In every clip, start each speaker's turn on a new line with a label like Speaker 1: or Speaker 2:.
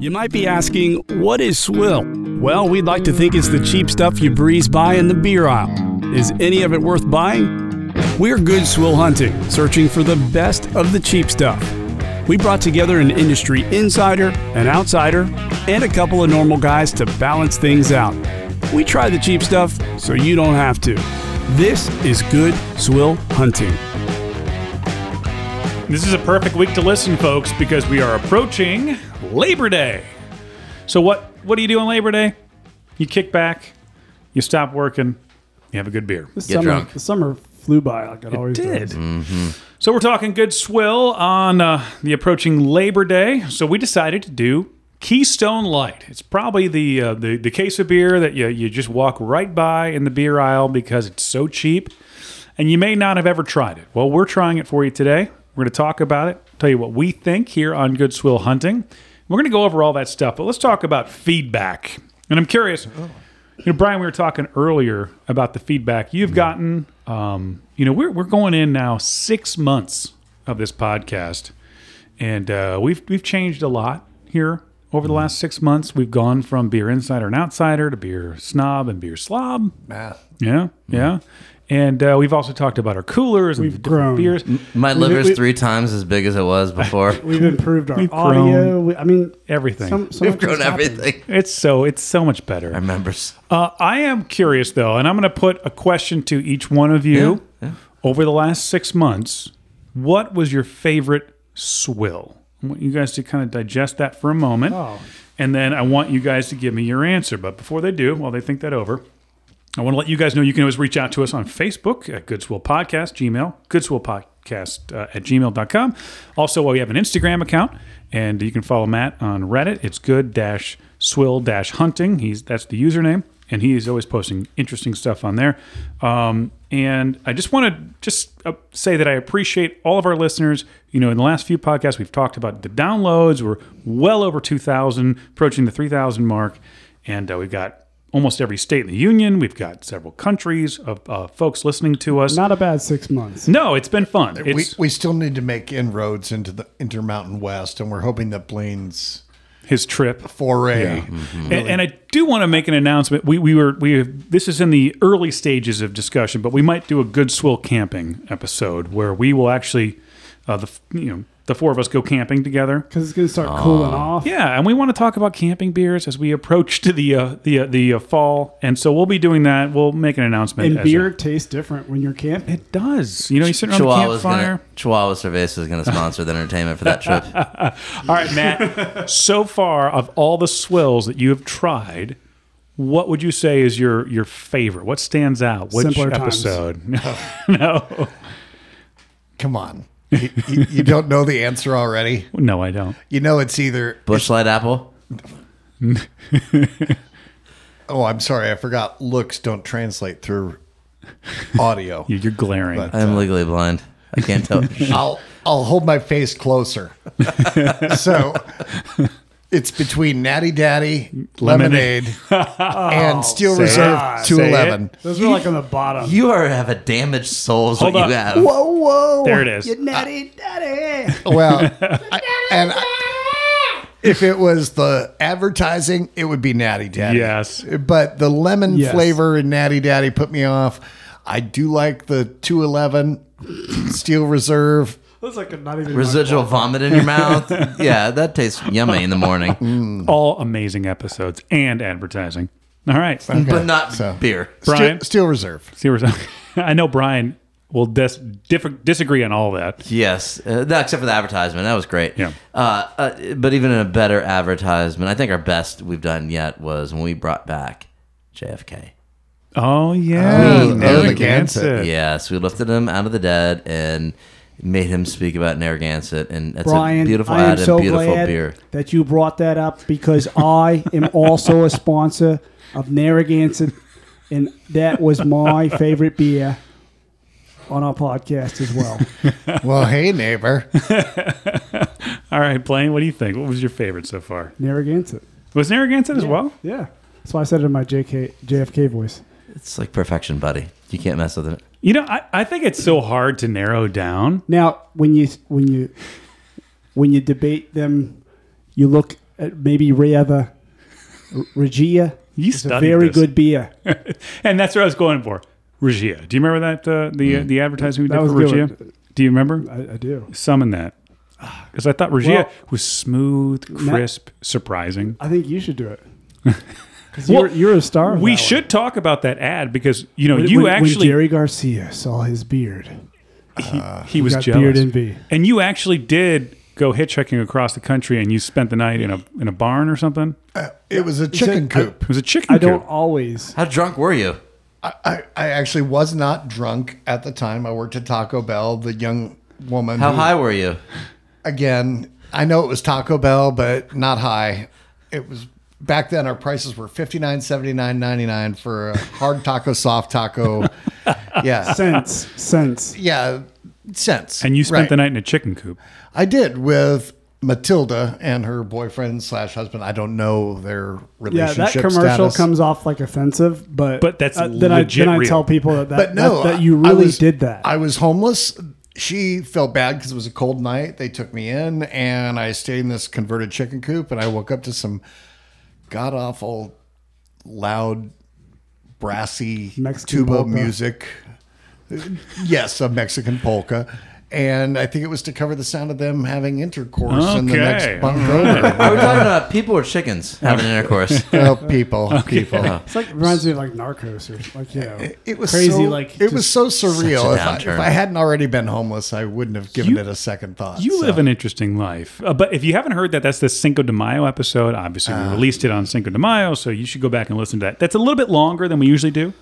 Speaker 1: You might be asking, what is swill? Well, we'd like to think it's the cheap stuff you breeze by in the beer aisle. Is any of it worth buying? We're good swill hunting, searching for the best of the cheap stuff. We brought together an industry insider, an outsider, and a couple of normal guys to balance things out. We try the cheap stuff so you don't have to. This is good swill hunting.
Speaker 2: This is a perfect week to listen, folks, because we are approaching Labor Day. So what what do you do on Labor Day? You kick back, you stop working, you have a good beer.
Speaker 3: The
Speaker 4: Get
Speaker 3: summer,
Speaker 4: drunk.
Speaker 3: the summer flew by like it, always
Speaker 2: Did.
Speaker 3: does.
Speaker 2: So we're talking good swill on uh, the approaching Labor Day. So we decided to do Keystone Light. It's probably the uh, the the case of beer that you you just walk right by in the beer aisle because it's so cheap, and you may not have ever tried it. Well, we're trying it for you today. We're going to talk about it. Tell you what we think here on Good Swill Hunting. We're going to go over all that stuff, but let's talk about feedback. And I'm curious. You know, Brian, we were talking earlier about the feedback
Speaker 3: Mm-hmm.
Speaker 2: you've gotten. Um, you know, we're, we're going in now six months of this podcast, and uh, we've we've changed a lot here over the
Speaker 3: Mm-hmm.
Speaker 2: last six months. We've gone from beer insider and outsider to beer snob and beer slob. Yeah, yeah, and uh, we've also talked about our coolers. and
Speaker 3: Mm-hmm. We've
Speaker 2: the different
Speaker 3: grown. Mm-hmm.
Speaker 2: beers.
Speaker 4: My liver's
Speaker 3: we-
Speaker 4: three times as big as it was before.
Speaker 3: We've improved our
Speaker 2: We've
Speaker 3: audio.
Speaker 2: grown
Speaker 3: We, I mean,
Speaker 2: everything.
Speaker 3: Some, so
Speaker 4: We've
Speaker 3: much has
Speaker 4: grown
Speaker 3: happened.
Speaker 4: everything.
Speaker 2: It's so it's so much better.
Speaker 4: Our members.
Speaker 2: Uh, I am curious though, and I'm going to put a question to each one of you. Over the last six months, what was your favorite swill? I want you guys to kind of digest that for a moment,
Speaker 3: Oh.
Speaker 2: and then I want you guys to give me your answer. But before they do, while they think that over, I want to let you guys know you can always reach out to us on Facebook at Goodswill Podcast, Gmail, Goodswill Podcast uh, at gmail.com. Also, we have an Instagram account, and you can follow Matt on Reddit. It's good dash swill dash hunting. He's That's the username, and he is always posting interesting stuff on there. Um, and I just want to just uh, say that I appreciate all of our listeners. You know, in the last few podcasts, we've talked about the downloads. We're well over 2,000, approaching the 3,000 mark, and uh, we've got almost every state in the union. We've got several countries of uh, folks listening to us.
Speaker 3: Not a bad six months.
Speaker 2: no, it's been fun.
Speaker 5: we,
Speaker 2: It's
Speaker 5: we still need to make inroads into the Intermountain West, and we're hoping that Blaine's
Speaker 2: his trip.
Speaker 5: foray.
Speaker 2: And, and I do want to make an announcement. We, we were we this is in the early stages of discussion, but we might do a good swill camping episode where we will actually uh, the f- you know the four of us go camping together.
Speaker 3: Because it's going to start cooling
Speaker 4: Ah.
Speaker 3: off.
Speaker 2: Yeah, and we want to talk about camping beers as we approach to the uh, the uh, the uh, fall, and so we'll be doing that. We'll make an announcement.
Speaker 3: And
Speaker 2: as
Speaker 3: beer
Speaker 2: a-
Speaker 3: tastes different when you're camping.
Speaker 2: it does. You know, you sit around the
Speaker 4: Chihuahua's
Speaker 2: campfire.
Speaker 4: gonna, Chihuahua Cerveza is going to sponsor the entertainment for that trip.
Speaker 2: All right, Matt. so far, of all the swills that you have tried, what would you say is your your favorite? What stands out? Which
Speaker 3: Simpler times.
Speaker 2: episode? no,
Speaker 5: Come on. You, you- you don't know the answer already?
Speaker 2: no, I don't.
Speaker 5: You know it's either.
Speaker 4: Bushlight Apple.
Speaker 5: Oh, I'm sorry. I forgot. Looks don't translate through audio.
Speaker 2: You- You're glaring.
Speaker 5: But-
Speaker 4: I'm legally blind. I can't tell.
Speaker 5: I'll I'll hold my face closer. so it's between Natty Daddy,
Speaker 2: Lemonade.
Speaker 5: Lemonade, and Steel
Speaker 3: say
Speaker 5: Reserve
Speaker 3: it.
Speaker 5: Two Eleven.
Speaker 3: Those were like on the bottom.
Speaker 4: you are have a damaged soul. Is what
Speaker 2: Hold
Speaker 4: you
Speaker 2: up.
Speaker 4: have.
Speaker 5: Whoa, whoa!
Speaker 2: there it is.
Speaker 3: natty daddy.
Speaker 5: Well, I- and I- if it was the advertising, it would be Natty Daddy.
Speaker 2: Yes.
Speaker 5: but the lemon
Speaker 3: Yes.
Speaker 5: flavor in Natty Daddy put me off. I do like the Two Eleven Steel Reserve.
Speaker 3: That's like a not even.
Speaker 4: Residual vomit in your mouth. Yeah, that tastes yummy in the morning,
Speaker 3: Mm.
Speaker 2: All amazing episodes and advertising. All right,
Speaker 4: but not
Speaker 5: so-
Speaker 4: beer.
Speaker 2: Brian.
Speaker 5: Steel, Steel Reserve.
Speaker 2: See what's up. I know Brian will dis- differ- disagree on all that.
Speaker 4: Yes, uh, no, except for the advertisement. That was great.
Speaker 2: Yeah.
Speaker 4: Uh, uh, but even in a better advertisement, I think our best we've done yet was when we brought back JFK.
Speaker 2: Oh yeah,
Speaker 5: Oh, Narragansett.
Speaker 2: Narragansett.
Speaker 4: Yes, we lifted him out of the dead and made him speak about Narragansett, and that's
Speaker 3: Brian,
Speaker 4: a beautiful
Speaker 3: I am
Speaker 4: ad
Speaker 3: so
Speaker 4: and beautiful
Speaker 3: glad
Speaker 4: beer.
Speaker 3: that you brought that up because I am also a sponsor of Narragansett, and that was my favorite beer on our podcast as well.
Speaker 5: Well, hey neighbor.
Speaker 2: All right, Blaine. What do you think? What was your favorite so far?
Speaker 3: Narragansett.
Speaker 2: Was Narragansett as well?
Speaker 3: Yeah. That's why I said it in my JK, JFK voice.
Speaker 4: It's like perfection, buddy. You can't mess with it.
Speaker 2: You know, I, I think it's so hard to narrow down.
Speaker 3: Now, when you when you when you debate them, you look uh, maybe Rieva Regia.
Speaker 2: You
Speaker 3: It's a
Speaker 2: studied
Speaker 3: very
Speaker 2: this.
Speaker 3: good beer.
Speaker 2: and that's what I was going for. Regia. Do you remember that uh, the uh, the advertising we did
Speaker 3: Mm. That was
Speaker 2: for
Speaker 3: a good
Speaker 2: Regia? Do you remember?
Speaker 3: I, I do.
Speaker 2: Summon that. Because I thought Regia
Speaker 3: Well-
Speaker 2: was smooth, crisp, surprising.
Speaker 3: I think you should do it. 'Cause
Speaker 2: Well,
Speaker 3: you're, you're a star. of
Speaker 2: We
Speaker 3: that one.
Speaker 2: should talk about that ad because you know
Speaker 3: When-
Speaker 2: you
Speaker 3: when- when
Speaker 2: actually
Speaker 3: Jerry Garcia saw his beard.
Speaker 2: he was
Speaker 3: got
Speaker 2: jealous.
Speaker 3: beard envy.
Speaker 2: And you actually did go hitchhiking across the country and you spent the night in a in a barn or something.
Speaker 5: It was a chicken coop.
Speaker 2: It was a chicken
Speaker 3: I don't
Speaker 2: coop.
Speaker 3: always.
Speaker 4: How drunk were you?
Speaker 5: I, I, I actually was not drunk at the time. I worked at Taco Bell. The young woman.
Speaker 4: How
Speaker 5: who-
Speaker 4: high were you?
Speaker 5: Again, I know it was Taco Bell, but not high. It was back then. Our prices were fifty nine, seventy nine, ninety nine for a hard taco, soft taco. Yeah,
Speaker 3: Sense. Sense.
Speaker 5: yeah, cents.
Speaker 2: And you spent
Speaker 5: Right.
Speaker 2: the night in a chicken coop.
Speaker 5: I did with Matilda and her boyfriend slash husband. I don't know their
Speaker 3: Yeah,
Speaker 5: relationship.
Speaker 3: that commercial
Speaker 5: status.
Speaker 3: comes off like offensive, but uh,
Speaker 2: But that's
Speaker 3: then I
Speaker 2: legit
Speaker 3: then I
Speaker 2: real.
Speaker 3: tell people that that,
Speaker 5: But no,
Speaker 3: that, that you
Speaker 5: I- I
Speaker 3: really
Speaker 5: was-
Speaker 3: did that.
Speaker 5: I was homeless. She felt bad because it was a cold night. They took me in, and I stayed in this converted chicken coop, and I woke up to some god awful, loud, brassy
Speaker 3: Mexican
Speaker 5: tuba
Speaker 3: polka.
Speaker 5: music. yes, a Mexican polka. And I think it was to cover the sound of them having intercourse in the
Speaker 2: Okay.
Speaker 5: next bunk
Speaker 4: Are we
Speaker 5: over.
Speaker 4: talking about people or chickens having intercourse?
Speaker 5: Oh, people, people.
Speaker 3: it's like reminds me of like Narcos or like you know
Speaker 5: It was
Speaker 3: crazy
Speaker 5: so,
Speaker 3: like
Speaker 5: it
Speaker 3: just-
Speaker 5: was so surreal. If I, if
Speaker 4: downturn.
Speaker 5: I hadn't already been homeless, I wouldn't have given
Speaker 2: You-
Speaker 5: it a second thought.
Speaker 2: You
Speaker 5: so.
Speaker 2: live an interesting life. Uh, but if you haven't heard that, that's the Cinco de Mayo episode. Obviously,
Speaker 5: Ah.
Speaker 2: we released it on Cinco de Mayo, so you should go back and listen to that. That's a little bit longer than we usually do,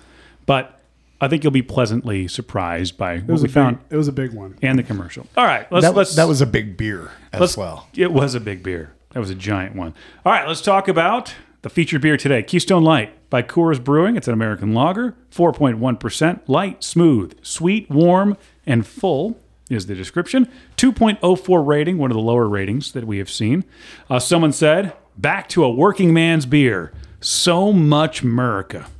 Speaker 2: but I think you'll be pleasantly surprised by
Speaker 3: it
Speaker 2: what
Speaker 3: was
Speaker 2: we
Speaker 3: a big-
Speaker 2: found
Speaker 3: it was a big one.
Speaker 2: and the commercial. All right, let's,
Speaker 5: that,
Speaker 2: let's
Speaker 5: was that was a big beer as
Speaker 2: let's-
Speaker 5: well.
Speaker 2: It was a big beer. That was a giant one. All right, let's talk about the featured beer today Keystone Light by Coors Brewing. It's an American lager, 4.1%, light, smooth, sweet, warm, and full is the description. 2.04 rating, one of the lower ratings that we have seen. Uh, someone said, back to a working man's beer. So much America.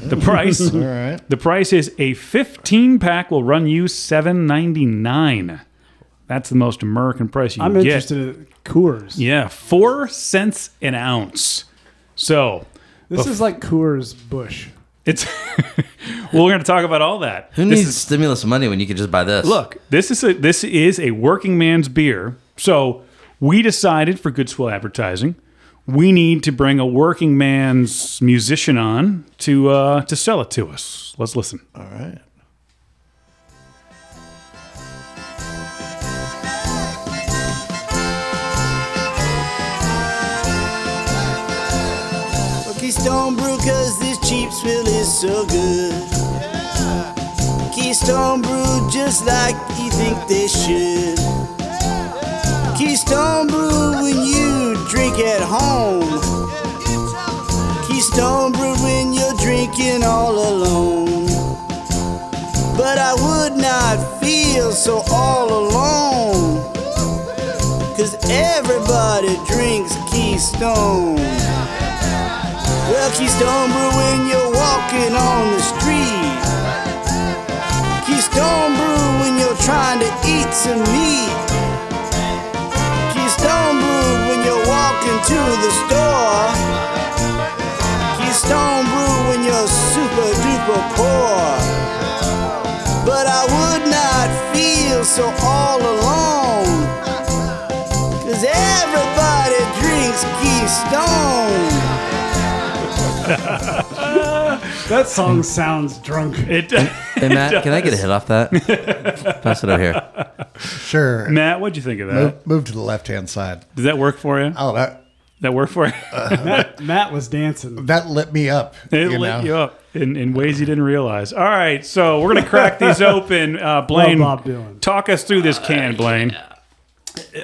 Speaker 2: The price,
Speaker 5: right.
Speaker 2: the price is a 15 pack will run you 7.99. That's the most American price you
Speaker 3: I'm
Speaker 2: can get.
Speaker 3: interested in Coors.
Speaker 2: Yeah, four cents an ounce. So
Speaker 3: This is like Coors Bush.
Speaker 2: it's well, we're going to talk about all that.
Speaker 4: Who
Speaker 2: this
Speaker 4: needs
Speaker 2: is,
Speaker 4: stimulus money when you could just buy this?
Speaker 2: look? This is a this is a working man's beer. So we decided for Good Swell Advertising, we need to bring a working man's musician on to uh, to sell it to us. Let's listen.
Speaker 5: All right.
Speaker 6: Well, Keystone Brew, cause this cheap swill is so good. Keystone Brew, just like you think they should. Keystone Brew, when you drink at home. Keystone Brew, when you're drinking all alone. But I would not feel so all alone. Cause everybody drinks Keystone. Well, Keystone Brew when you're walking on the street. Keystone Brew when you're trying to eat some meat. Keystone Brew when you're walking to the store. Keystone Brew when you're super duper poor. But I would not feel so all alone. Cause everybody drinks Keystone.
Speaker 3: That song sounds drunk.
Speaker 2: It,
Speaker 4: Hey, Matt, can I get a hit off that? Pass it over here.
Speaker 5: Sure.
Speaker 2: Matt, what'd you think of that?
Speaker 5: Move, move to the left hand side.
Speaker 2: Does that work for you?
Speaker 5: Oh, that
Speaker 2: that work for you?
Speaker 3: Matt was dancing.
Speaker 5: that lit me up.
Speaker 2: It
Speaker 5: you
Speaker 2: lit
Speaker 5: know?
Speaker 2: you up in, in ways you didn't realize. All right, so we're gonna crack these open. Uh, Blaine,
Speaker 3: Love Bob Dylan.
Speaker 2: talk us through this can, Blaine.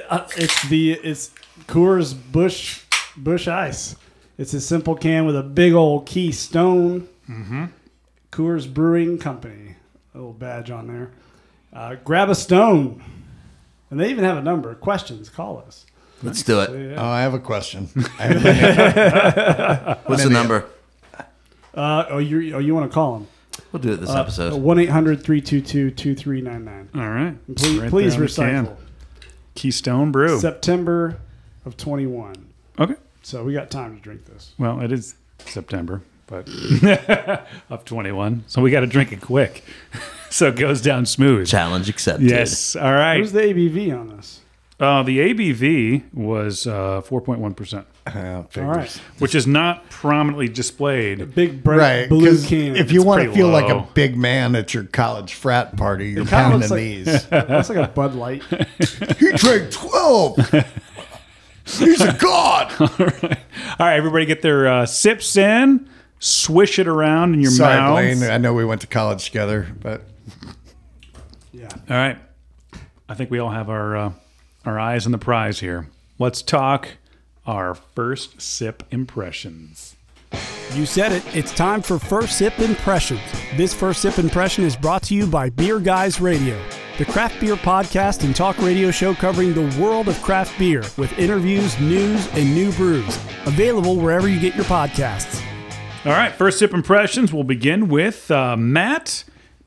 Speaker 2: uh,
Speaker 3: It's the it's Coors Bush Bush Ice. It's a simple can with a big old Keystone.
Speaker 2: Mm-hmm.
Speaker 3: Coors Brewing Company. A little badge on there. Uh, grab a stone, and they even have a number. Questions, call us.
Speaker 4: Let's do it.
Speaker 5: Oh, I have a question. I have-
Speaker 4: What's the number?
Speaker 3: Uh, oh, you oh, you want to call them?
Speaker 4: We'll do it this episode.
Speaker 3: One 2399
Speaker 2: All right,
Speaker 3: Please,
Speaker 2: Right
Speaker 3: please
Speaker 2: there on the can.
Speaker 3: recycle.
Speaker 2: Keystone Brew.
Speaker 3: September of 21.
Speaker 2: Okay.
Speaker 3: So we got time to drink this.
Speaker 2: Well, it is September, but of 21. So we got to drink it quick. so it goes down smooth.
Speaker 4: Challenge accepted.
Speaker 2: Yes. All right.
Speaker 3: Who's the ABV on this?
Speaker 2: Uh, the ABV was uh, 4.1%,
Speaker 5: Yeah,
Speaker 3: All right,
Speaker 2: which is not prominently displayed.
Speaker 3: big bright
Speaker 5: Right,
Speaker 3: blue
Speaker 5: 'cause
Speaker 3: can.
Speaker 5: if you want to
Speaker 2: pretty
Speaker 5: feel like
Speaker 2: low.
Speaker 5: a big man at your college frat party, you're
Speaker 3: kinda
Speaker 5: pounding
Speaker 3: looks like-
Speaker 5: these.
Speaker 3: that's like a Bud Light.
Speaker 5: he drank twelve. He's a god.
Speaker 2: All right, everybody get their uh, sips in, swish it around in your
Speaker 5: Sorry,
Speaker 2: mouth.
Speaker 5: Blaine. I know we went to college together, but
Speaker 3: Yeah,
Speaker 2: All right. I think we all have our uh, our eyes on the prize here. Let's talk our first sip impressions.
Speaker 1: You said it. It's time for First Sip Impressions. This First Sip Impression is brought to you by Beer Guys Radio, the craft beer podcast and talk radio show covering the world of craft beer with interviews, news, and new brews. Available wherever you get your podcasts.
Speaker 2: All right, first sip impressions. We'll begin with uh, Matt.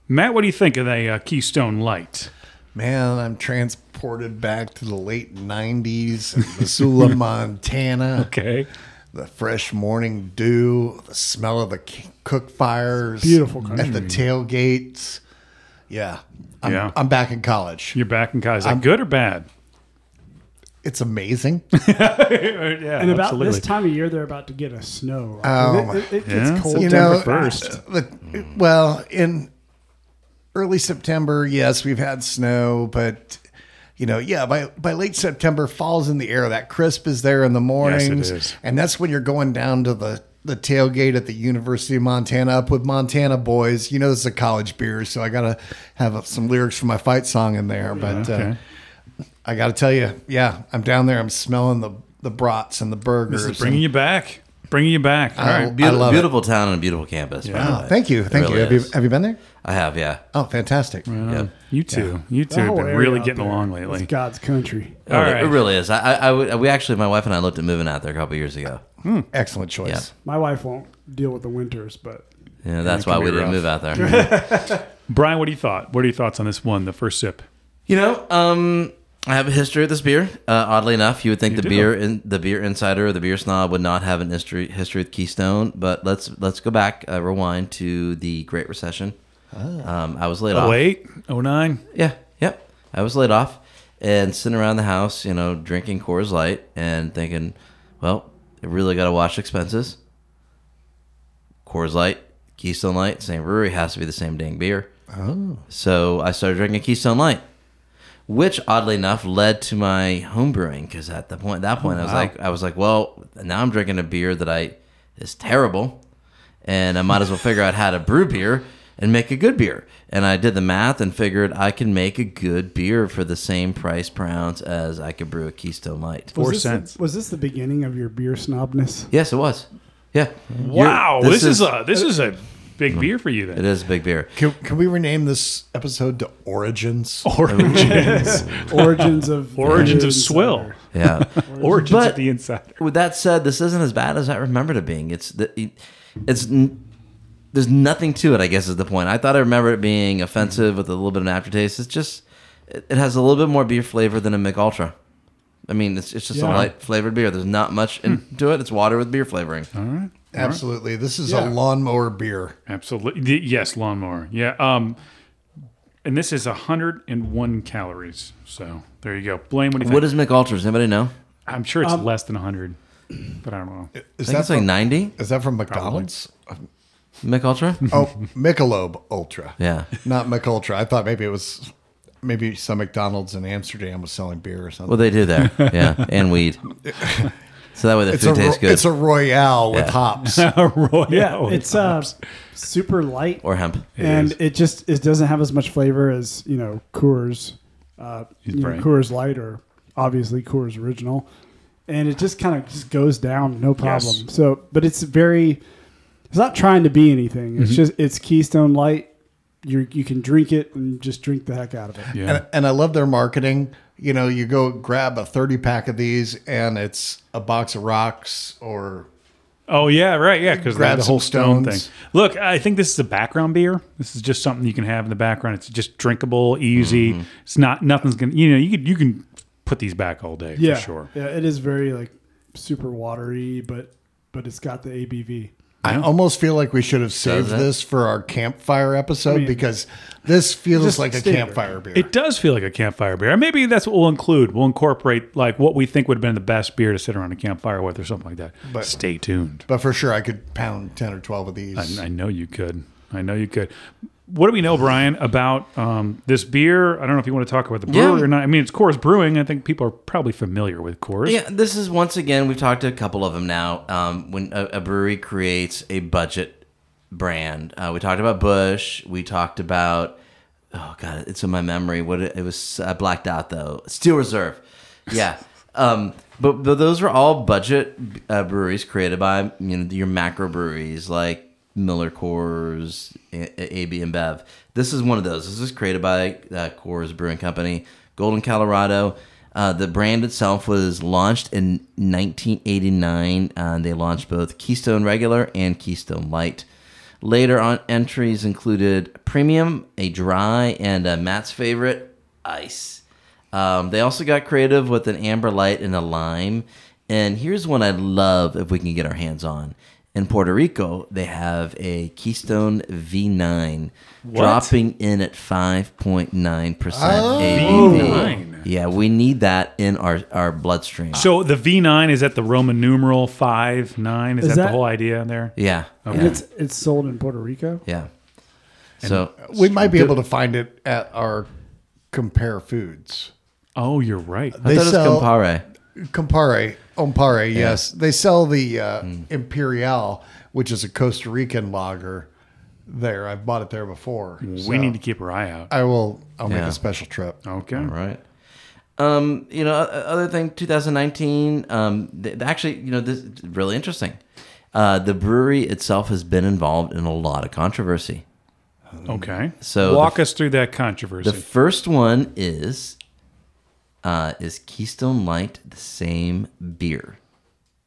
Speaker 2: Matt, what do you think of the uh, Keystone Light?
Speaker 5: man, I'm transported back to the late '90s, in Missoula, Montana.
Speaker 2: Okay.
Speaker 5: the fresh morning dew, the smell of the c- cook fires,
Speaker 3: beautiful
Speaker 5: at the tailgates. Yeah, I'm,
Speaker 2: Yeah.
Speaker 5: I'm back in college.
Speaker 2: You're back in college. Is that good or bad?
Speaker 5: It's amazing.
Speaker 2: Yeah,
Speaker 3: and about this time of year, they're about to get a snow.
Speaker 5: Oh,
Speaker 3: it, it, it
Speaker 2: yeah.
Speaker 3: gets cold.
Speaker 5: You
Speaker 2: September
Speaker 5: know,
Speaker 2: 1st.
Speaker 5: the, well, in early September, yes, we've had snow, but you know, yeah, by by late September, fall's in the air. That crisp is there in the mornings,
Speaker 2: is.
Speaker 5: and that's when you're going down to the the tailgate at the University of Montana up with Montana boys. You know, this is a college beer, so I gotta have some lyrics for my fight song in there. But
Speaker 2: Okay.
Speaker 5: uh, I gotta tell you, yeah, I'm down there. I'm smelling the the brats and the burgers.
Speaker 2: This is bringing you back. Bringing you back. All
Speaker 5: I-
Speaker 2: right.
Speaker 4: Beauti-
Speaker 5: I love it.
Speaker 4: beautiful town and a beautiful campus. by the
Speaker 5: Oh,
Speaker 4: way.
Speaker 5: thank you,
Speaker 4: It
Speaker 5: thank
Speaker 4: really
Speaker 5: you. Have you
Speaker 4: is.
Speaker 5: have you been there?
Speaker 4: I have, yeah.
Speaker 5: Oh, fantastic.
Speaker 4: Yep.
Speaker 2: You two. You two
Speaker 3: That
Speaker 2: have
Speaker 3: whole
Speaker 2: been
Speaker 3: area
Speaker 2: really
Speaker 3: out
Speaker 2: getting
Speaker 3: there
Speaker 2: along
Speaker 3: is
Speaker 2: lately.
Speaker 3: God's country.
Speaker 2: All
Speaker 4: It-
Speaker 2: right.
Speaker 4: It really is. I, I, I would- we actually, my wife and I looked at moving out there a couple years ago.
Speaker 5: Excellent choice.
Speaker 4: Yeah.
Speaker 3: My wife won't deal with the winters, but
Speaker 4: Yeah, that's
Speaker 2: can
Speaker 4: why
Speaker 2: be
Speaker 4: we didn't
Speaker 2: rough.
Speaker 4: move out there.
Speaker 2: Brian, what do you thought? What are your thoughts on this one, the first sip?
Speaker 4: you know, um, I have a history with this beer. Uh, oddly enough, you would think the
Speaker 2: do.
Speaker 4: beer in, the beer insider or the beer snob would not have an history history with Keystone, but let's let's go back uh, rewind to the Great Recession. Um, I was laid off.
Speaker 2: Oh, eight, oh nine.
Speaker 4: Yeah, yep. I was laid off and sitting around the house, you know, drinking Coors Light and thinking, well, I really got to watch expenses. Coors Light, Keystone Light, same brewery, has to be the same dang beer. Oh. So I started drinking Keystone Light, which oddly enough led to my home brewing because at the point that point I was like I was like, well, now I'm drinking a beer that I is terrible, and I might as well figure out how to brew beer and make a good beer. And I did the math and figured I can make a good beer for the same price per ounce as I could brew a Keystone Light.
Speaker 3: was
Speaker 2: Four
Speaker 3: this
Speaker 2: cents.
Speaker 3: The, was this the beginning of your beer snobness?
Speaker 4: Yes, it was. Yeah.
Speaker 2: Wow,
Speaker 4: You're-
Speaker 2: this, is, a this is a big beer for you
Speaker 4: it
Speaker 2: then.
Speaker 4: is a big beer.
Speaker 5: Can, can we rename this episode to Origins?
Speaker 2: Origins,
Speaker 3: Origins of
Speaker 2: origins
Speaker 3: Beer
Speaker 2: of swill,
Speaker 3: Insider.
Speaker 4: Yeah.
Speaker 2: origins
Speaker 4: But-
Speaker 2: of the insider.
Speaker 4: With that said, this isn't as bad as I remembered it being. It's the, it's n- there's nothing to it. I guess is the point. I thought I remember it being offensive with a little bit of an aftertaste. It's just it, it has a little bit more beer flavor than a Mick Ultra. I mean, it's it's just a
Speaker 3: Yeah.
Speaker 4: light flavored beer. There's not much
Speaker 2: Hmm.
Speaker 4: into it. It's water with beer flavoring.
Speaker 5: Absolutely. This is
Speaker 3: Yeah.
Speaker 5: a lawnmower beer.
Speaker 2: Absolutely, The- yes, lawnmower. Yeah, um, and this is 101 calories. So there you go. Blaine, what um, do you think?
Speaker 4: What is Mick Ultra? Does anybody know?
Speaker 2: I'm sure it's less than 100, but I don't know.
Speaker 4: I think
Speaker 5: Is that
Speaker 4: it's like
Speaker 5: from,
Speaker 4: ninety.
Speaker 5: is that from McDonald's?
Speaker 4: Mick Ultra.
Speaker 5: Oh, Michelob Ultra.
Speaker 4: Yeah.
Speaker 5: Not Mick Ultra. I thought maybe it was maybe some McDonald's in Amsterdam was selling beer or something.
Speaker 4: Well, they do there. Yeah, and weed. So that way the
Speaker 5: it's, a,
Speaker 4: food
Speaker 5: ro-
Speaker 4: tastes good.
Speaker 5: it's a Royale with hops.
Speaker 2: Royal.
Speaker 3: Yeah, it's uh, super light,
Speaker 4: or hemp.
Speaker 3: and
Speaker 2: is.
Speaker 3: it just it doesn't have as much flavor as you know Coors, uh, you know,
Speaker 2: right.
Speaker 3: Coors Light or obviously Coors Original, and it just kind of just goes down no problem.
Speaker 2: Yes.
Speaker 3: So, but it's very, it's not trying to be anything. It's just it's Keystone Light. You you can drink it and just drink the heck out of it.
Speaker 2: yeah.
Speaker 5: And, and I love their marketing. You know, you go grab a 30 pack of these and it's a box of rocks or
Speaker 2: Oh yeah, right. Yeah, because
Speaker 5: Grab
Speaker 2: the whole
Speaker 5: some
Speaker 2: stone
Speaker 5: stones.
Speaker 2: thing. Look, I think this is a background beer. This is just something you can have in the background. It's just drinkable, easy. It's not nothing's gonna. You know, you could you can put these back all day
Speaker 3: Yeah,
Speaker 2: for sure.
Speaker 3: Yeah, it is very like super watery, but but it's got the ABV.
Speaker 5: I almost feel like we should have saved
Speaker 4: Does it?
Speaker 5: this for our campfire episode
Speaker 3: mean,
Speaker 5: because this feels
Speaker 3: just
Speaker 5: like a
Speaker 3: standard.
Speaker 5: campfire beer.
Speaker 2: It does feel like a campfire beer. Maybe that's what we'll include. We'll incorporate like what we think would have been the best beer to sit around a campfire with, or something like that. But stay tuned.
Speaker 5: but for sure, I could pound ten or twelve of these.
Speaker 2: I, I know you could. I know you could. What do we know, Brian, about um, this beer? I don't know if you want to talk about the brewer
Speaker 4: Yeah.
Speaker 2: or not. I mean, it's Coors Brewing. I think people are probably familiar with Coors.
Speaker 4: Yeah, this is once again we've talked to a couple of them now. Um, when a, a brewery creates a budget brand, uh, we talked about Bush. We talked about oh god, it's in my memory. What it, it was I blacked out though. Steel Reserve. Yeah. um, but, but those were all budget uh, breweries created by you know your macro breweries like Miller Coors, A- A- AB and Bev. This is one of those. This is created by uh, Coors Brewing Company, Golden, Colorado. Uh, the brand itself was launched in 1989. Uh, they launched both Keystone Regular and Keystone Light. Later on, entries included Premium, a dry, and uh, Matt's favorite, Ice. Um, they also got creative with an amber light and a lime. And here's one I love if we can get our hands on. In Puerto Rico, they have a Keystone V9 dropping in at 5.9% ABV. Yeah, we need that in our, our bloodstream.
Speaker 2: So the V9 is at the Roman numeral five nine. Is, that,
Speaker 3: Is
Speaker 2: the
Speaker 3: that-
Speaker 2: whole idea there?
Speaker 4: yeah.
Speaker 3: And
Speaker 4: Yeah.
Speaker 3: it's it's sold in Puerto Rico.
Speaker 4: yeah. So
Speaker 5: we might be able to find it at our compare foods.
Speaker 2: Oh, you're right.
Speaker 5: They
Speaker 4: I thought it was
Speaker 5: sell-
Speaker 4: Campari.
Speaker 5: Campari, Ompare, yes. They sell the uh,
Speaker 4: Hmm.
Speaker 5: Imperial, which is a Costa Rican lager there. I've bought it there before. so
Speaker 2: we need to keep our eye out.
Speaker 5: I will I'll make
Speaker 4: Yeah.
Speaker 5: a special trip.
Speaker 2: Okay.
Speaker 4: Right. Um, you know, o- other thing, 2019. Um, th- actually, you know, this is really interesting. Uh, the brewery itself has been involved in a lot of controversy.
Speaker 2: Okay.
Speaker 4: So
Speaker 2: walk
Speaker 4: the-
Speaker 2: us through that controversy.
Speaker 4: The first one is, uh, is Keystone Light the same beer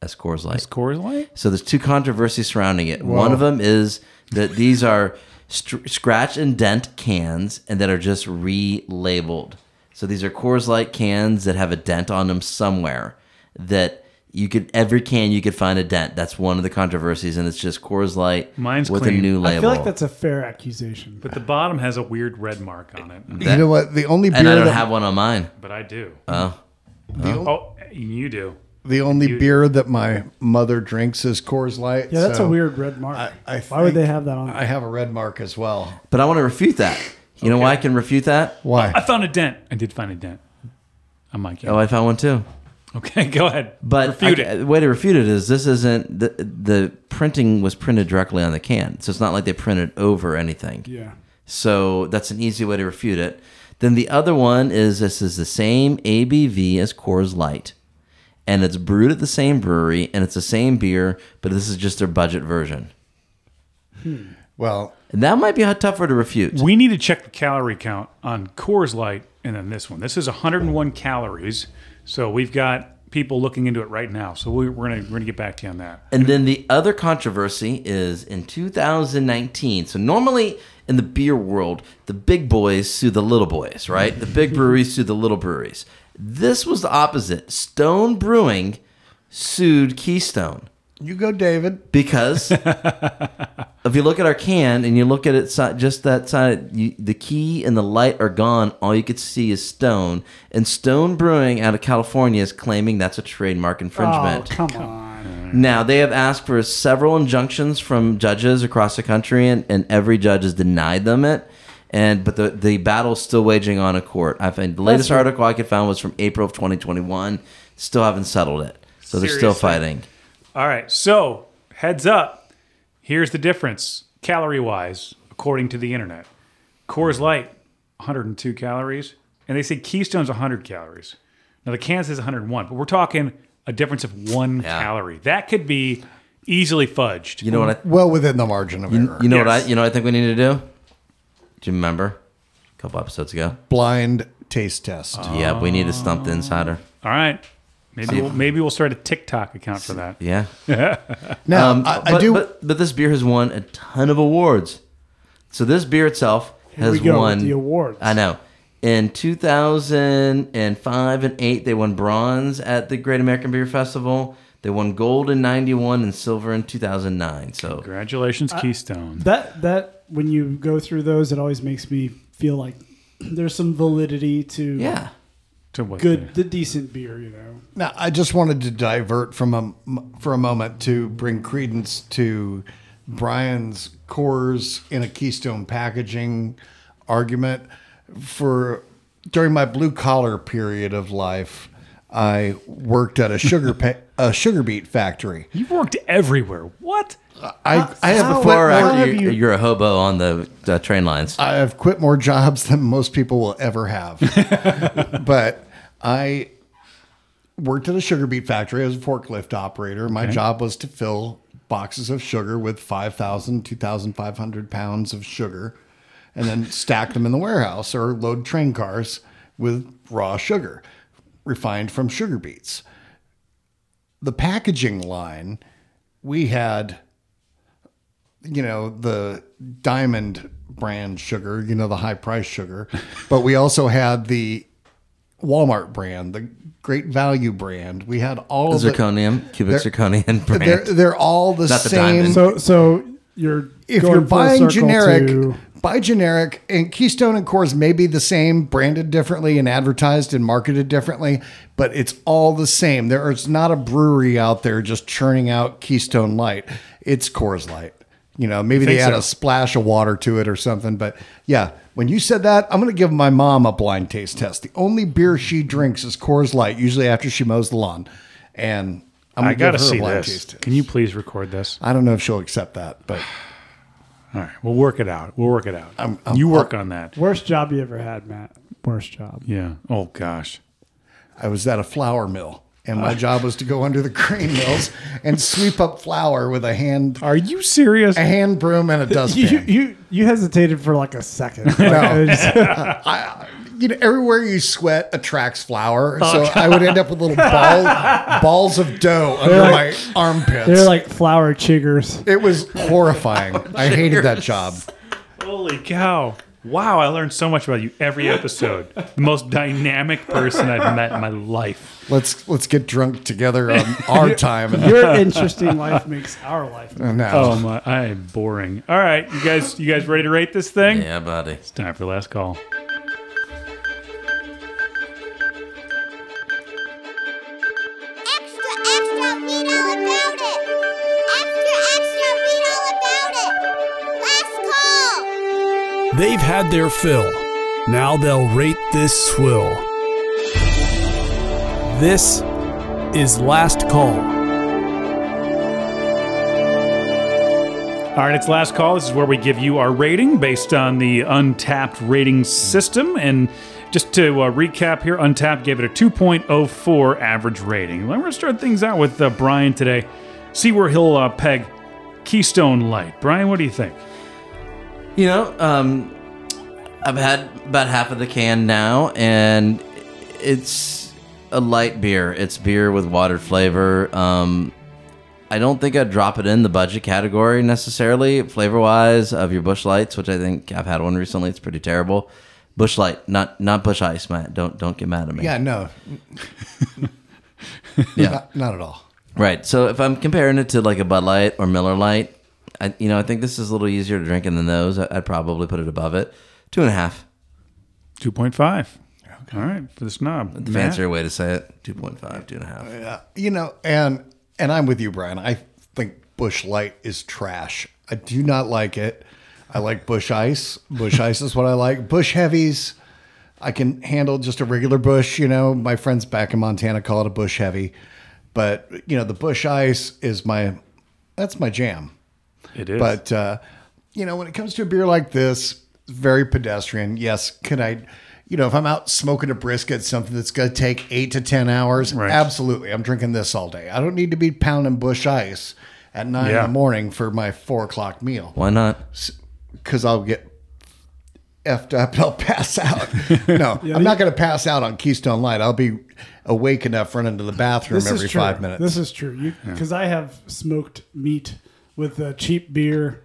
Speaker 4: as Coors Light?
Speaker 2: is Coors Light?
Speaker 4: So there's two controversies surrounding it. One of them is that these are str scratch and dent cans and that are just relabeled. So these are Coors Light cans that have a dent on them somewhere that you could every can you could find a dent. That's one of the controversies, and it's just Coors Light
Speaker 2: Mine's
Speaker 4: with
Speaker 2: clean.
Speaker 4: a new label.
Speaker 3: I feel like that's a fair accusation.
Speaker 2: But the bottom has a weird red mark on it.
Speaker 4: Mm-hmm.
Speaker 5: you know what? The only beer
Speaker 4: and I don't
Speaker 5: that,
Speaker 4: have one on mine.
Speaker 2: But I do.
Speaker 5: the, o-
Speaker 2: oh, you do.
Speaker 5: the only beer that my mother drinks is Coors Light.
Speaker 3: yeah, that's
Speaker 5: so
Speaker 3: a weird red mark.
Speaker 5: I- I
Speaker 3: Why would
Speaker 5: think-
Speaker 3: they have that on?
Speaker 5: I have a red mark as well.
Speaker 4: But I want to refute that. You know why I can refute that?
Speaker 2: I
Speaker 5: Why?
Speaker 2: found a dent. I did find a dent. I'm like,
Speaker 4: Oh, I found one too.
Speaker 2: okay, go ahead.
Speaker 4: But
Speaker 2: refute
Speaker 4: I-
Speaker 2: it.
Speaker 4: the way to refute it is this isn't the the printing was printed directly on the can, so it's not like they printed over anything.
Speaker 3: yeah.
Speaker 4: So that's an easy way to refute it. Then the other one is this is the same ABV as Coors Light, and it's brewed at the same brewery and it's the same beer, but this is just their budget version.
Speaker 5: Well,
Speaker 4: And that might be tougher to refute.
Speaker 2: We need to check the calorie count on Coors Light and then this one. This is 101 calories. So we've got people looking into it right now. So we, we're gonna we're gonna get back to you on that.
Speaker 4: And then the other controversy is in 2019. So normally in the beer world, the big boys sue the little boys, right? The big breweries sue the little breweries. This was the opposite. Stone Brewing sued Keystone
Speaker 5: you go, David.
Speaker 4: because if you look at our can and you look at it si- just that side, you, the key and the light are gone. All you could see is Stone. And Stone Brewing out of California is claiming that's a trademark
Speaker 3: Oh,
Speaker 4: infringement.
Speaker 3: come on.
Speaker 4: Now, they have asked for several injunctions from judges across the country, and, and every judge has denied them it. And but the the battle's still waging on a court. I find the latest
Speaker 3: right.
Speaker 4: article I could find was from April of 2021. Still haven't settled it, so they're still
Speaker 2: Seriously?
Speaker 4: fighting.
Speaker 2: All right. So heads up. Here's the difference calorie wise, according to the internet. Coors Light, 102 calories, and they say Keystone's 100 calories. Now the can says 101, but we're talking a difference of one calorie. That could be easily fudged.
Speaker 4: You know what? I,
Speaker 5: Well within the margin of error.
Speaker 4: you know what
Speaker 2: Yes.
Speaker 4: I you know what I think we need to do. Do you remember? A couple episodes ago.
Speaker 5: Blind taste test.
Speaker 4: yeah, we need to stump the insider.
Speaker 2: All right. Maybe we'll, maybe we'll start a TikTok account for that.
Speaker 4: Yeah.
Speaker 5: now
Speaker 4: Um,
Speaker 5: I,
Speaker 4: but,
Speaker 5: I do.
Speaker 4: But, but this beer has won a ton of awards. So this beer itself has
Speaker 3: we go with
Speaker 4: won
Speaker 3: the awards.
Speaker 4: I know. In 2005 and 8, they won bronze at the Great American Beer Festival. They won gold in 91 and silver in 2009. So
Speaker 2: Congratulations, Keystone.
Speaker 3: That that when you go through those, it always makes me feel like there's some validity to
Speaker 4: yeah.
Speaker 2: To what
Speaker 3: good, the decent beer. You know,
Speaker 5: Now, I just wanted to divert from a m for a moment to bring credence to Brian's cores in a Keystone packaging argument. For during my blue collar period of life, I worked at a sugar pa- a sugar beet factory.
Speaker 2: You've worked everywhere. What?
Speaker 5: I, I have
Speaker 3: how-
Speaker 5: quit
Speaker 4: Or
Speaker 5: more,
Speaker 3: how
Speaker 4: after
Speaker 3: have
Speaker 4: you,
Speaker 3: you-
Speaker 4: you're a hobo on the uh, train lines.
Speaker 5: I have quit more jobs than most people will ever have. but I worked at a sugar beet factory as a forklift operator. My job was to fill boxes of sugar with 5,000, 2,500 pounds of sugar and then stack them in the warehouse or load train cars with raw sugar refined from sugar beets. The packaging line, we had you know the diamond brand sugar you know the high price sugar but we also had the walmart brand the great value brand we had all of the
Speaker 4: zirconium, cubic
Speaker 5: they're-
Speaker 4: zirconium brand.
Speaker 5: they're, they're all the
Speaker 4: Not the
Speaker 5: same
Speaker 4: diamond.
Speaker 3: so so you're
Speaker 5: Mm-hmm. if
Speaker 3: going
Speaker 5: you're
Speaker 3: full
Speaker 5: buying
Speaker 3: circle
Speaker 5: generic
Speaker 3: to-
Speaker 5: buy generic and keystone and coors may be the same branded differently and advertised and marketed differently but it's all the same there is not a brewery out there just churning out keystone light it's coors light you know maybe they
Speaker 2: think
Speaker 5: add
Speaker 2: so?
Speaker 5: a splash of water to it or something but yeah when you said that i'm going to give my mom a blind taste test the only beer she drinks is coors light usually after she mows the lawn and i'm
Speaker 2: I
Speaker 5: going
Speaker 2: gotta
Speaker 5: to give her a
Speaker 2: see
Speaker 5: blind
Speaker 2: this.
Speaker 5: taste test
Speaker 2: Can you please record this?
Speaker 5: i don't know if she'll accept that but
Speaker 2: All right, we'll work it out. We'll work it out.
Speaker 5: I'm- I'm-
Speaker 2: you work on that.
Speaker 3: worst job you ever had, Matt. Worst job.
Speaker 2: Yeah. Oh gosh.
Speaker 5: I was at a flour mill, and
Speaker 3: Uh.
Speaker 5: my job was to go under the grain mills and sweep up flour with a hand
Speaker 2: Are you serious?
Speaker 5: a hand broom and a dustpan.
Speaker 3: You,
Speaker 5: You,
Speaker 3: you you hesitated for like a second. Like, I just-
Speaker 5: know, everywhere you sweat attracts flour,
Speaker 3: Oh,
Speaker 5: so I would end up with little ball, balls of dough under
Speaker 3: like-
Speaker 5: my armpits.
Speaker 3: they're like flower chiggers.
Speaker 5: it was horrifying. I hated that job.
Speaker 2: Holy cow. Wow, I learned so much about you every episode. the most dynamic person I've met in my life.
Speaker 5: Let's let's get drunk together on our time. And
Speaker 3: Your interesting life makes our life.
Speaker 5: and now,
Speaker 2: Oh my, I am boring. All right, you guys, you guys ready to rate this thing?
Speaker 4: yeah, buddy.
Speaker 2: It's time for the last call.
Speaker 7: Extra, extra, read all about it. Extra, extra, read all about it. Last call.
Speaker 1: They've had their fill. Now they'll rate this swill. This is Last Call.
Speaker 2: All right, it's last call. This is where we give you our rating based on the Untapped rating system. And just to uh, recap here, Untapped gave it a 2.04 average rating. We're going to start things out with uh, Brian today. See where he'll uh, peg Keystone Light. Brian, what do you think?
Speaker 4: You know, um, I've had about half of the can now, and it's a light beer. It's beer with water flavor. Um, I don't think I'd drop it in the budget category necessarily, flavor wise, of your Bush Lights, which I think I've had one recently. It's pretty terrible. Bush Light, not not Bush Ice, Matt. Don't don't get mad at me.
Speaker 5: yeah, no,
Speaker 4: Yeah.
Speaker 5: not, not at all.
Speaker 4: Right. So if I'm comparing it to like a Bud Light or Miller Light, I, you know, I think this is a little easier to drink than those. I, I'd probably put it above it. Two and a half.
Speaker 2: 2.5. All right, for the snob.
Speaker 4: The fancier way to say it. 2.5, two and a half.
Speaker 5: you know, and and I'm with you, Brian. I think Bush Light is trash. I do not like it. I like Bush Ice. Bush Ice is what I like. Bush Heavies, I can handle just a regular Bush. You know, my friends back in Montana call it a Bush Heavy, but you know, the Bush Ice is my that's my jam.
Speaker 2: It is.
Speaker 5: But uh, you know, when it comes to a beer like this, very pedestrian. Yes, can I? You know, if I'm out smoking a brisket, something that's going to take eight to ten hours,
Speaker 2: Right.
Speaker 5: absolutely, I'm drinking this all day. I don't need to be pounding bush ice at nine
Speaker 2: Yeah.
Speaker 5: in the morning for my four o'clock meal
Speaker 4: Why not?
Speaker 5: because I'll get effed up and I'll pass out. no, I'm not going to pass out on Keystone Light. I'll be awake enough running to the bathroom
Speaker 3: This
Speaker 5: every
Speaker 3: is true.
Speaker 5: five minutes.
Speaker 3: This is true. Because I have smoked meat with uh, cheap beer,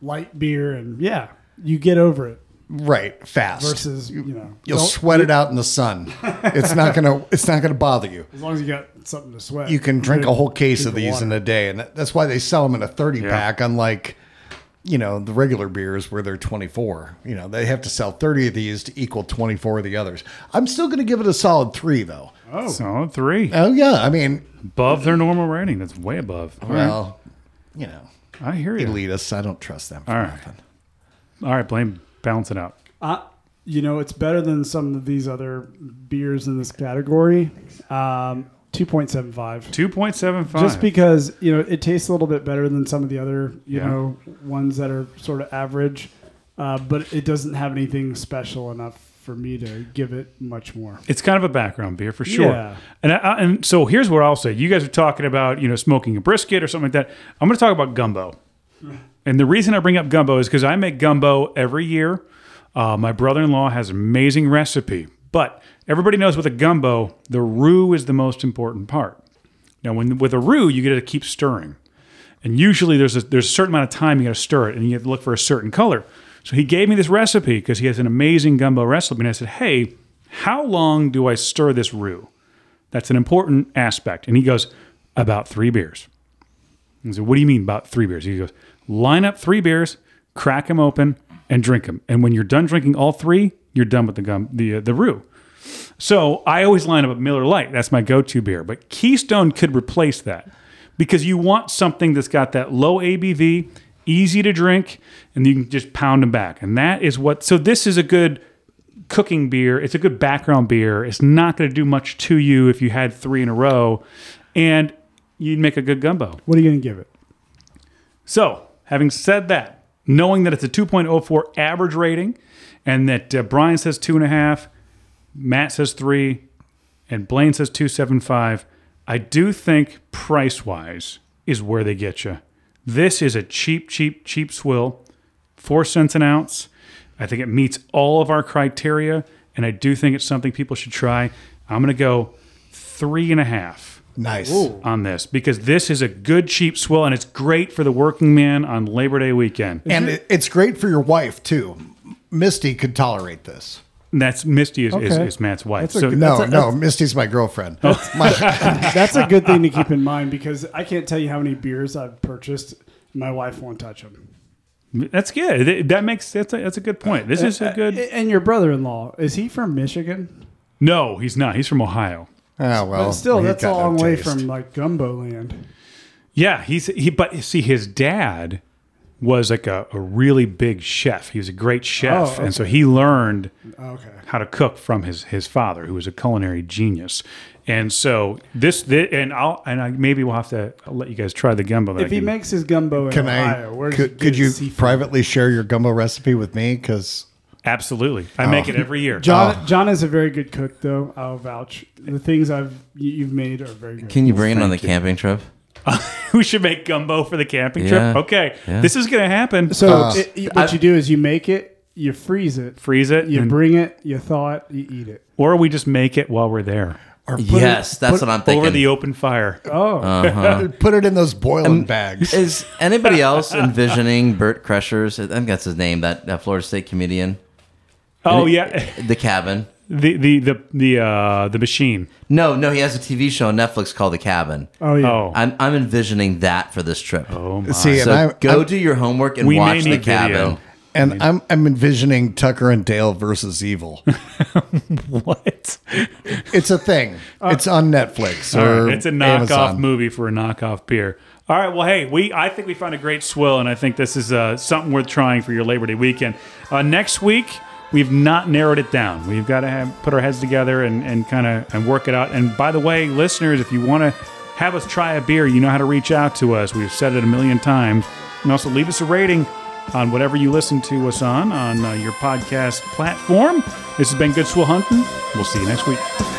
Speaker 3: light beer, and yeah, you get over it.
Speaker 5: right fast
Speaker 3: versus you know
Speaker 5: You'll
Speaker 3: don't-
Speaker 5: sweat it out in the sun. It's not gonna. It's not gonna bother you.
Speaker 3: as long as you got something to sweat.
Speaker 5: You can drink a whole case of
Speaker 3: Drink the
Speaker 5: these
Speaker 3: water.
Speaker 5: in a day, and that- that's why they sell them in a thirty pack. Unlike, you know, the regular beers where they're twenty four. You know, they have to sell thirty of these to equal twenty four of the others. I'm still gonna give it a solid three, though.
Speaker 2: Oh, so three
Speaker 5: Oh yeah, I mean,
Speaker 2: above their normal rating. That's way above. All right.
Speaker 5: well, you know,
Speaker 2: I hear you.
Speaker 5: elitists. I don't trust them. For
Speaker 2: All right.
Speaker 5: nothing.
Speaker 2: All right, blame balance it out.
Speaker 3: Uh, you know, it's better than some of these other beers in this category. Um, 2.75.
Speaker 2: Two point seven five.
Speaker 3: Just because, you know, it tastes a little bit better than some of the other, you
Speaker 2: Yeah.
Speaker 3: know, ones that are sort of average, uh, but it doesn't have anything special enough for me to give it much more.
Speaker 2: It's kind of a background beer for sure.
Speaker 3: Yeah.
Speaker 2: And I, I- and so here's what I'll say. You guys are talking about you know smoking a brisket or something like that. I'm going to talk about gumbo. And the reason I bring up gumbo is because I make gumbo every year. Uh, my brother-in-law has an amazing recipe, but everybody knows with a gumbo, the roux is the most important part. Now, when with a roux, you get to keep stirring, and usually there's a, there's a certain amount of time you got to stir it, and you have to look for a certain color. So he gave me this recipe because he has an amazing gumbo recipe, and I said, "Hey, how long do I stir this roux? That's an important aspect." And he goes, "About three beers." I said, "What do you mean about three beers?" He goes, "Line up three beers, crack them open, and drink them. And when you're done drinking all three, you're done with the gum, the uh, the roux." So I always line up a Miller Lite. That's my go-to beer. But Keystone could replace that because you want something that's got that low ABV, easy to drink, and you can just pound them back. And that is what. So this is a good cooking beer. It's a good background beer. It's not going to do much to you if you had three in a row, and you'd make a good gumbo.
Speaker 3: What are you going to give it?
Speaker 2: So, having said that, knowing that it's a 2.04 average rating, and that uh, Brian says two and a half, Matt says three, and Blaine says 2.75, I do think price wise is where they get you. This is a cheap, cheap, cheap swill, four cents an ounce. I think it meets all of our criteria, and I do think it's something people should try. I'm going to go three and a half
Speaker 5: Nice.
Speaker 2: on this because this is a good cheap swill and it's great for the working man on Labor Day weekend.
Speaker 5: And it, it's great for your wife too. Misty could tolerate this.
Speaker 2: And that's Misty is, is,
Speaker 3: Okay.
Speaker 2: is Matt's wife.
Speaker 3: a
Speaker 2: so
Speaker 3: good-
Speaker 5: No,
Speaker 3: That's Oh. a-
Speaker 5: no, Misty's my girlfriend. My-
Speaker 3: That's a good thing to keep in mind because I can't tell you how many beers I've purchased. My wife won't touch them.
Speaker 2: that's good. That- That makes that's a, that's a good point.
Speaker 3: Uh,
Speaker 2: This is a good.
Speaker 3: And your brother-in-law is he from Michigan?
Speaker 2: No, he's not. He's from Ohio.
Speaker 5: oh well.
Speaker 3: but still,
Speaker 5: he's
Speaker 3: that's a
Speaker 5: got no
Speaker 3: long way
Speaker 5: taste.
Speaker 3: from like gumbo land.
Speaker 2: Yeah, he's he. But see, his dad was like a, a really big chef. He was a great chef,
Speaker 3: Oh,
Speaker 2: and so he learned
Speaker 3: Okay.
Speaker 2: how to cook from his his father, who was a culinary genius. And so this, thi- and I'll and I maybe we'll have to I'll let you guys try the gumbo. that I
Speaker 3: If he
Speaker 2: can-
Speaker 3: makes his gumbo in
Speaker 5: Can
Speaker 3: Ohio,
Speaker 5: I?
Speaker 3: where's
Speaker 5: Could, could you privately share your gumbo recipe with me? Because
Speaker 2: Absolutely. I make it every year.
Speaker 3: Oh. John,
Speaker 5: Oh.
Speaker 3: John is a very good cook, though. I'll vouch. The things I've you- you've made are very good.
Speaker 4: Can you bring it on the camping trip?
Speaker 2: we should make gumbo for the camping
Speaker 4: Yeah.
Speaker 2: trip. Okay.
Speaker 4: Yeah.
Speaker 2: This is going to happen.
Speaker 3: so
Speaker 5: Uh,
Speaker 3: it- it- what you do is you make it, you freeze it,
Speaker 2: Freeze it,
Speaker 3: you
Speaker 2: and-
Speaker 3: bring it, you thaw it, you eat it.
Speaker 2: or we just make it while we're there
Speaker 4: yes, that's what I'm thinking.
Speaker 2: over the open fire.
Speaker 3: Oh,
Speaker 5: put it in those boiling bags.
Speaker 4: Is anybody else envisioning Bert Crusher's? I think that's his name. That, that Florida State comedian.
Speaker 2: Oh yeah,
Speaker 4: The cabin.
Speaker 2: the the the the uh, the machine.
Speaker 4: No, no, he has a TV show on Netflix called The Cabin.
Speaker 3: oh yeah.
Speaker 2: Oh,
Speaker 4: I'm I'm envisioning that for this trip. Oh my!
Speaker 5: See,
Speaker 4: So
Speaker 5: and I
Speaker 4: go
Speaker 5: I'm,
Speaker 4: do your homework and
Speaker 2: we may
Speaker 4: watch The
Speaker 2: need
Speaker 4: Cabin.
Speaker 2: video.
Speaker 5: and I'm I'm envisioning Tucker and Dale versus evil.
Speaker 2: What?
Speaker 5: It's a thing. It's on Netflix or
Speaker 2: Uh, it's a knockoff
Speaker 5: Amazon.
Speaker 2: movie for a knockoff beer. All right, well, hey, we I think we found a great swill, and I think this is uh, something worth trying for your Labor Day weekend. Uh, next week, we've not narrowed it down. We've got to have, put our heads together and, and kind of and work it out. And by the way, listeners, if you want to have us try a beer, you know how to reach out to us. We've said it a million times. And also leave us a rating on whatever you listen to us on on uh, your podcast platform. This has been Good Swill Hunting. We'll see you next week.